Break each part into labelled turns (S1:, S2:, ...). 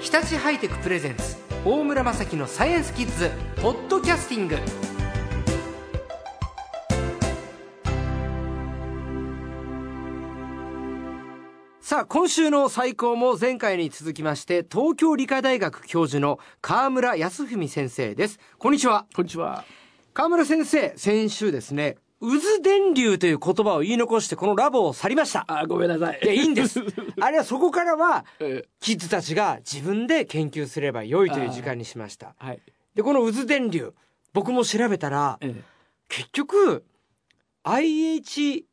S1: 日立ハイテクプレゼンツ大村雅樹のサイエンスキッズポッドキャスティングさあ今週の最高も前回に続きまして東京理科大学教授の川村康文先生ですこんにちは
S2: こんにちは。
S1: 川村先生先週ですね渦電流という言葉を言い残してこのラボを去りました
S2: あ、ごめんなさい。
S1: いやいいんです あれはそこからは
S2: え
S1: キッズたちが自分で研究すれば良いという時間にしました。
S2: はい。
S1: で、この渦電流、僕も調べたら、
S2: え
S1: 結局、IH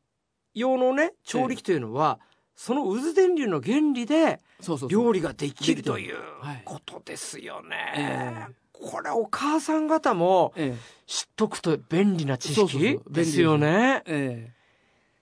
S1: 用のね、調理器というのは、その渦電流の原理で
S2: そうそうそう。
S1: 料理ができるという
S2: はい
S1: ことですよ
S2: え
S1: ね。これお母さん方も
S2: ええ
S1: 知っとくと便利な知
S2: そうそうそう
S1: 識
S2: 便利
S1: で
S2: です
S1: すよね。
S2: え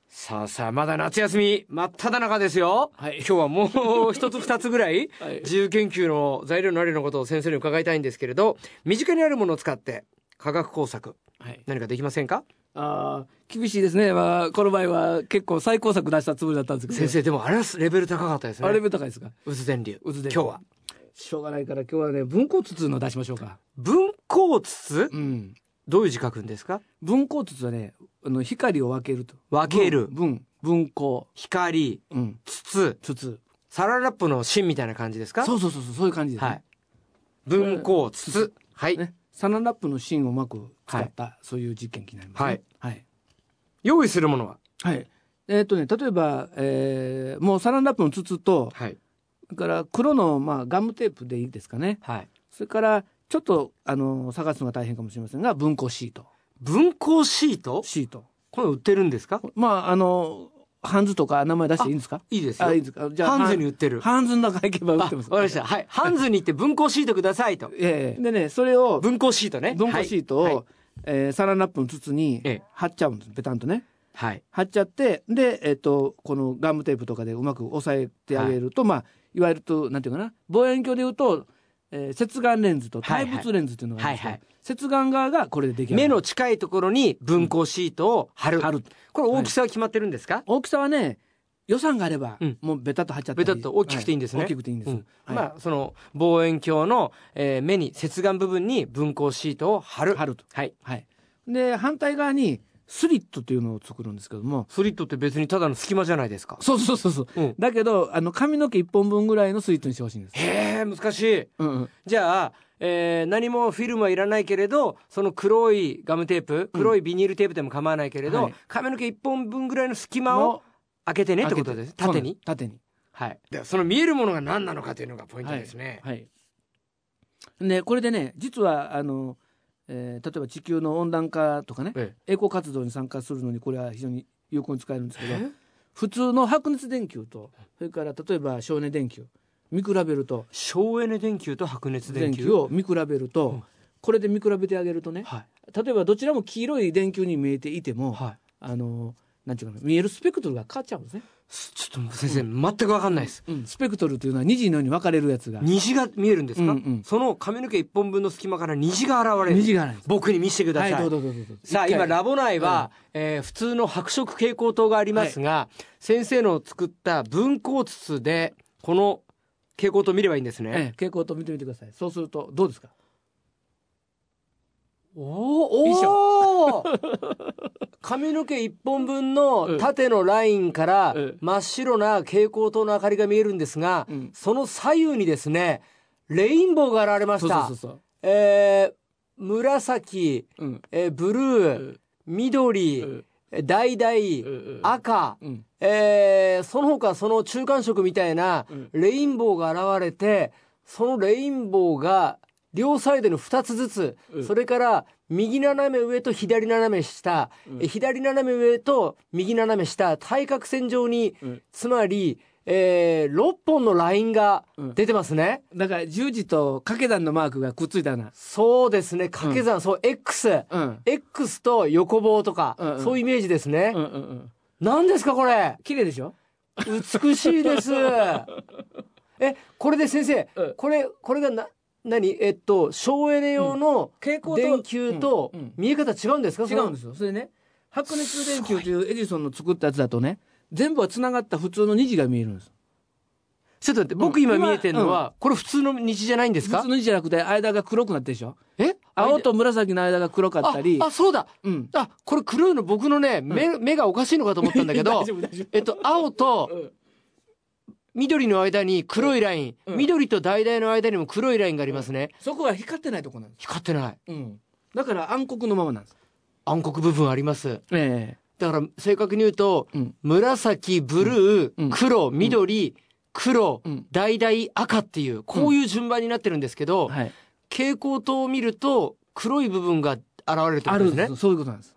S1: さあさあ、まだ夏休み真っ只中ですよ。
S2: はい
S1: 今日はもう一つ二つぐらい
S2: え はい
S1: 自由研究の材料になるようなことを先生に伺いたいんですけれど身近にあるものを使って科学工作
S2: はい。
S1: 何かできませんか
S2: あー厳しいですね。まあ、この場合は結構最高作出したつもりだったんですけど。
S1: 先生でもあれはレベル高かったですね
S2: あれ、レベル高いですか
S1: 渦電流
S2: 渦電流
S1: 今日は
S2: しょうがないから今日はね、文庫筒の出しましょうか。
S1: 分光筒
S2: うん。
S1: どういう字書くんですか
S2: 文庫筒はね、あの、光を分けると。
S1: 分ける
S2: 文、文文庫。
S1: 光
S2: うん。
S1: 筒
S2: 筒。
S1: サランラップの芯みたいな感じですか
S2: そうそうそうそう、そういう感じです、ね。
S1: はい分光筒はい、
S2: ね。サナンラップの芯をうまく使った、そういう実験機になります、ね。はい。はい。
S1: 用意するものは
S2: はい。えーっ、とね、例えば、えーもうサランラップの筒と、
S1: はい
S2: それから黒の、まあ、ガムテープでいいですかね。
S1: はい
S2: それから、ちょっと、あの、探すのが大変かもしれませんが、文庫シート。
S1: 分光シート
S2: シート。
S1: これ売ってるんですか
S2: まあ、あの、ハンズとか名前出していいんですか
S1: いいです
S2: あ
S1: よ
S2: いいですかじゃあ、
S1: ハンズに売ってる
S2: ハンズの中行けば売
S1: あ
S2: ってます。
S1: わかりましたはいハンズに行って分光シートくださいと
S2: ええでね、それを、
S1: 文庫シートね。
S2: 文庫シートを、
S1: はい。
S2: えーサランラップの筒に
S1: ええ
S2: 貼っちゃうんです。ペタンとね。
S1: はい。
S2: 貼っちゃって、で、えっ、と、このガムテープとかでうまく押さえてあげると、い、まあ、いわゆると、なんていうかな、望遠鏡で言うと、えー、接眼レンズと
S1: は
S2: 対
S1: いはい
S2: 物レンズっていうのがあるんですけど、
S1: はいはい
S2: 接眼側がこれで出来上が
S1: 目
S2: る。
S1: の近いところに文庫シートを貼る。
S2: 貼る。
S1: これ大きさは決まってるんですか、
S2: 大きさはね、予算があれば、
S1: うん
S2: もうベタっと貼っちゃったり
S1: ベタっと大きくていいんですね
S2: は大きくていいんです。
S1: うん
S2: はい
S1: まあ、その望遠鏡の、えー目に接眼部分に文庫シートを貼る。
S2: 貼ると。
S1: はい。
S2: はい。で、反対側にスリットというのを作るんですけども、
S1: スリットって別にただの隙間じゃないですか。
S2: そうそうそうそう。
S1: うん
S2: だけど、あの、髪の毛一本分ぐらいのスリットにしてほしいんです。
S1: へえ、難しい。
S2: うんうん。
S1: じゃあ、えー何もフィルムはいらないけれど、その黒いガムテープ、黒いビニールテープでも構わないけれど、
S2: はい
S1: 髪の毛一本分ぐらいの隙間を開けてねってことです。
S2: 開けて
S1: 縦に。
S2: そうなんです縦に。
S1: はい。ではその見えるものが何なのかというのがポイントですね。
S2: はい。ね、これでね、実は、あの、えー例えば地球の温暖化とかね、
S1: え
S2: エコ活動に参加するのに、これは非常に有効に使えるんですけど
S1: え、
S2: 普通の白熱電球と、それから例えば省エネ電球、見比べると、
S1: 省エネ電球と白熱電
S2: 電
S1: 球
S2: 球を見比べると、これで見比べてあげるとね、
S1: は
S2: 例えばどちらも黄色い電球に見えていても、
S1: いはい
S2: あの、なんていうかな、見えるスペクトルが変わっちゃうんですね。
S1: すちょっと先生、全く分かんないです
S2: うんスペクトルというのは2時のように分かれるやつが、
S1: 虹が見えるんですか、
S2: うんうん
S1: その髪の毛一本分の隙間から虹が現れる
S2: 2時がないんです。
S1: 僕に見せてくださ、
S2: はいい、どうぞどうぞどうぞ。
S1: さあ
S2: 一回
S1: 今ラボ内は、えー普通の白色蛍光灯がありますが、先生の作った分光筒でこの蛍光灯見ればいいんですね、
S2: ええ、蛍光灯見てみてください。そうすると、どうですか
S1: おー おー髪の毛一本分の縦のラインから
S2: うん
S1: 真っ白な蛍光灯の明かりが見えるんですが、
S2: うん
S1: その左右にですねレインボーが現れま
S2: そ
S1: し
S2: う
S1: た
S2: そうそうそう。
S1: えー紫、
S2: うん。
S1: えーブルー、緑、
S2: うん
S1: えー橙、
S2: うん
S1: 赤、
S2: うん。
S1: えーその他その中間色みたいな
S2: うん
S1: レインボーが現れて、そのレインボーが両サイドに2つずつ、
S2: うん
S1: それから右斜め上と左斜め下、
S2: うん
S1: え左斜め上と右斜め下、対角線上に、
S2: うん
S1: つまり、え6本のラインが出てますね。
S2: だから、十字と掛け算のマークがくっついたような。
S1: そうですね、掛け算、そう X、
S2: うん。
S1: X と横棒とか、
S2: うんうん
S1: そういうイメージですね。
S2: うんうんうん。
S1: 何ですかこれ
S2: 綺麗でしょ
S1: 美しいです。え、これで先生
S2: うん、
S1: これ、これがな、何えっと、省エネ用の
S2: 蛍光灯
S1: 電球と
S2: うんうん
S1: 見え方違うんですか。
S2: 違うんですすよ。それでね、白熱電球というエジソンの作ったやつだとね、全部は繋がった普通の2時が見えるんです。
S1: ちょっと待って、僕
S2: うん
S1: 今
S2: 今
S1: 見えてるのは、これ普通の虹じゃないんです
S2: 普
S1: か
S2: 通の虹じゃなくて間が黒くなってるでしょ
S1: え
S2: 青と紫の間が黒か
S1: あ
S2: ったり
S1: あ、そうだ。
S2: うん
S1: あ、これ黒いの僕のね、目、目がおかしいのかと思ったんだけど
S2: 大丈、夫大丈夫
S1: えっと、青と
S2: うん
S1: 緑の間に黒いライン、
S2: うん
S1: 緑と橙の間にも黒いラインがありますね。
S2: そこは光ってないとこなんです、
S1: 光ってない。
S2: うん、だから暗黒のままなんです
S1: 暗黒部分あります。
S2: え
S1: だから正確に言うと、
S2: えうん
S1: 紫、ブルー、
S2: うん
S1: 黒、緑、黒、
S2: うん
S1: 橙、赤っていう、こういう順番になってるんですけど、
S2: はい
S1: 蛍光灯を見ると黒い部分が現れるってこ
S2: あ
S1: と
S2: る
S1: で
S2: ん
S1: す
S2: です。
S1: ね
S2: そういうことなんです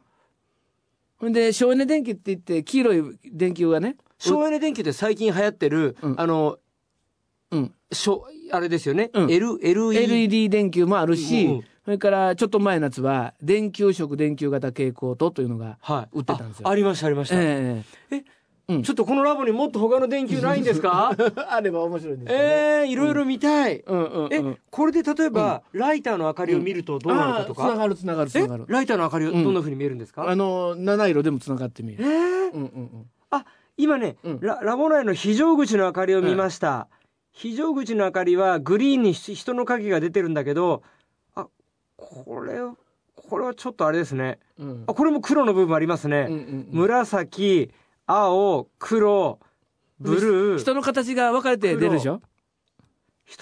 S2: ほんで省エネ電気って言って黄色い電球がね
S1: 省エネ電球って最近流行ってる、
S2: うん
S1: あの、
S2: うん
S1: しょあれですよね、
S2: うん
S1: L LED
S2: LED 電球もあるし、
S1: うん
S2: それからちょっと前のやつは電球色電球型蛍光灯というのが、
S1: はい、
S2: 売ってたんですよ
S1: あありましたありました、
S2: え
S1: ちょっとこのラボにもっと他の電球ないんで すか
S2: えあれば面白いです
S1: えー、いろいろ見たい、
S2: うんうんうん、
S1: えこれで例えば、ライターの明かりを見るとどうなるか
S2: あー
S1: と
S2: つな
S1: か
S2: がるつながるつ
S1: え
S2: ながる
S1: ライターの明かりはどんな風に見えるんですか、
S2: あの七色でもつながってみ
S1: え
S2: る、
S1: ー、
S2: うんうんうん、
S1: あ今ね、
S2: うん
S1: ララボ内の非常口の明かりを見ました、非常口の明かりはグリーンにし人の影が出てるんだけどあこれこれはちょっとあれですね
S2: うん
S1: あこれも黒の部分ありますね、
S2: うんうんうん
S1: 紫青黒ブルー人
S2: 人の形が分かれて出るでしょ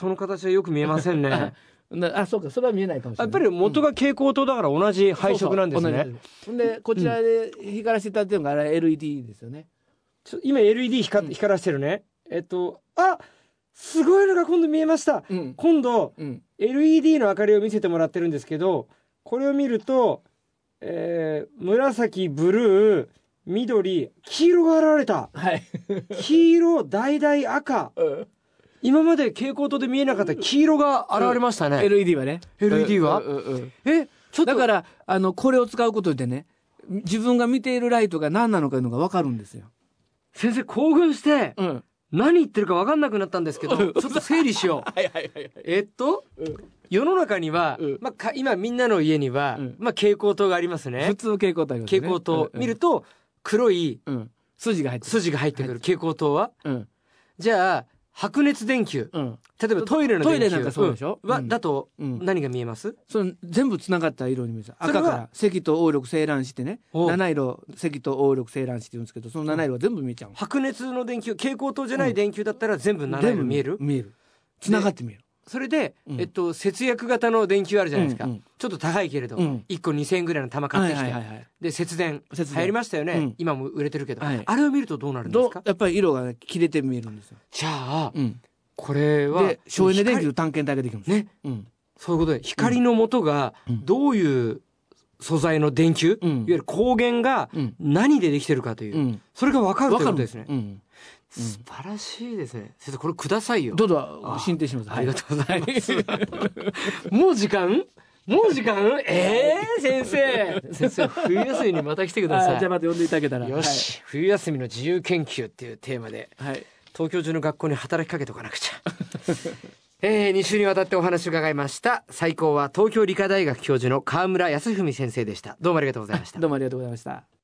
S1: の形はよく見えま せんね
S2: あなあそうかそれは見えないかもしれ
S1: や
S2: ない
S1: っぱり元が蛍光灯だから同じ配色なんです
S2: そうそう
S1: ね、
S2: 同じですほんでこちらで光らせていただいてるのがあれ LED ですよね、
S1: ちょ今 LED 光,、
S2: うん
S1: 光らせてるねえっとあすごいのが今度見えました
S2: うん
S1: 今度
S2: うん
S1: LED の明かりを見せてもらってるんですけどこれを見ると、えー紫ブルー緑黄色が現れた
S2: はい、
S1: 黄色橙赤 今まで蛍光灯で見えなかった黄色が現れましたね、
S2: LED はね
S1: LED は
S2: うんうんうん
S1: えちょっ
S2: だ
S1: と
S2: からあのこれを使うことでね自分が見ているライトが何なのかいうのが分かるんですよ、
S1: 先生興奮して
S2: うん、
S1: 何言ってるか分かんなくなったんですけどちょっと整理しよう えっと世の中には、
S2: うん
S1: まあ、か今みんなの家には、
S2: うん
S1: まあ、蛍光灯がありますね
S2: 普通蛍光灯ありますよ
S1: 蛍
S2: ね
S1: 光灯見る
S2: と、
S1: と黒い
S2: うんうん筋が入ってる
S1: 筋が入ってくる蛍光灯は
S2: うん
S1: じゃあ白熱電球
S2: うん
S1: 例えばトイレの電球
S2: トイレなんかそうでしょ
S1: んは、
S2: うん
S1: だと
S2: うん
S1: 何が見えます
S2: その全部つながった色に見えます
S1: それは
S2: 赤から赤と黄緑青卵子ってね
S1: お
S2: 七色赤と黄緑青卵子って言うんですけどその七色は全部見えちゃうの、
S1: 白熱の電球蛍光灯じゃない電球だったら全部7
S2: 全
S1: 色
S2: 部
S1: 見える
S2: 見えるつながって見える
S1: それで、
S2: うん
S1: えっと、節約型の電球あるじゃないですか、
S2: うんうん
S1: ちょっと高いけれど、
S2: うん
S1: 1個2000円ぐらいの玉買ってきて、
S2: はいはいはいはい
S1: で節電
S2: 節電
S1: 流行りましたよね、
S2: うん
S1: 今も売れてるけど、
S2: はい
S1: あれを見るとどうなるんで
S2: ど
S1: す
S2: う
S1: か
S2: やっぱり色がね切れて見えるんですよ、
S1: じゃあ、
S2: うん、
S1: これは
S2: で省エネ電球
S1: 光
S2: の探検体ができるんです、
S1: ね
S2: うん
S1: そういうことで光の元が
S2: うん
S1: どういう素材の電球、
S2: うん
S1: いわゆる光源が
S2: うん
S1: 何でできてるかという、
S2: うん、
S1: それが分かるというこ
S2: ん
S1: とですね、
S2: うんうん
S1: 素晴らしいですね先生これくださいよ
S2: どうぞ進呈します。
S1: ありがとうございます
S2: は
S1: もう時間もう時間えー、先生先生冬休みにまた来てくだ
S2: は
S1: さ
S2: いじゃあ
S1: い
S2: また呼んでいただけたら。
S1: よし、冬休みの自由研究っていうテーマで
S2: はい。はい。
S1: 東京中の学校に働きかけておかなくちゃえー、2週にわたってお話を伺いました最高は東京理科大学教授の川村康文先生でしたどうもありがとうございました
S2: どうもありがとうございました。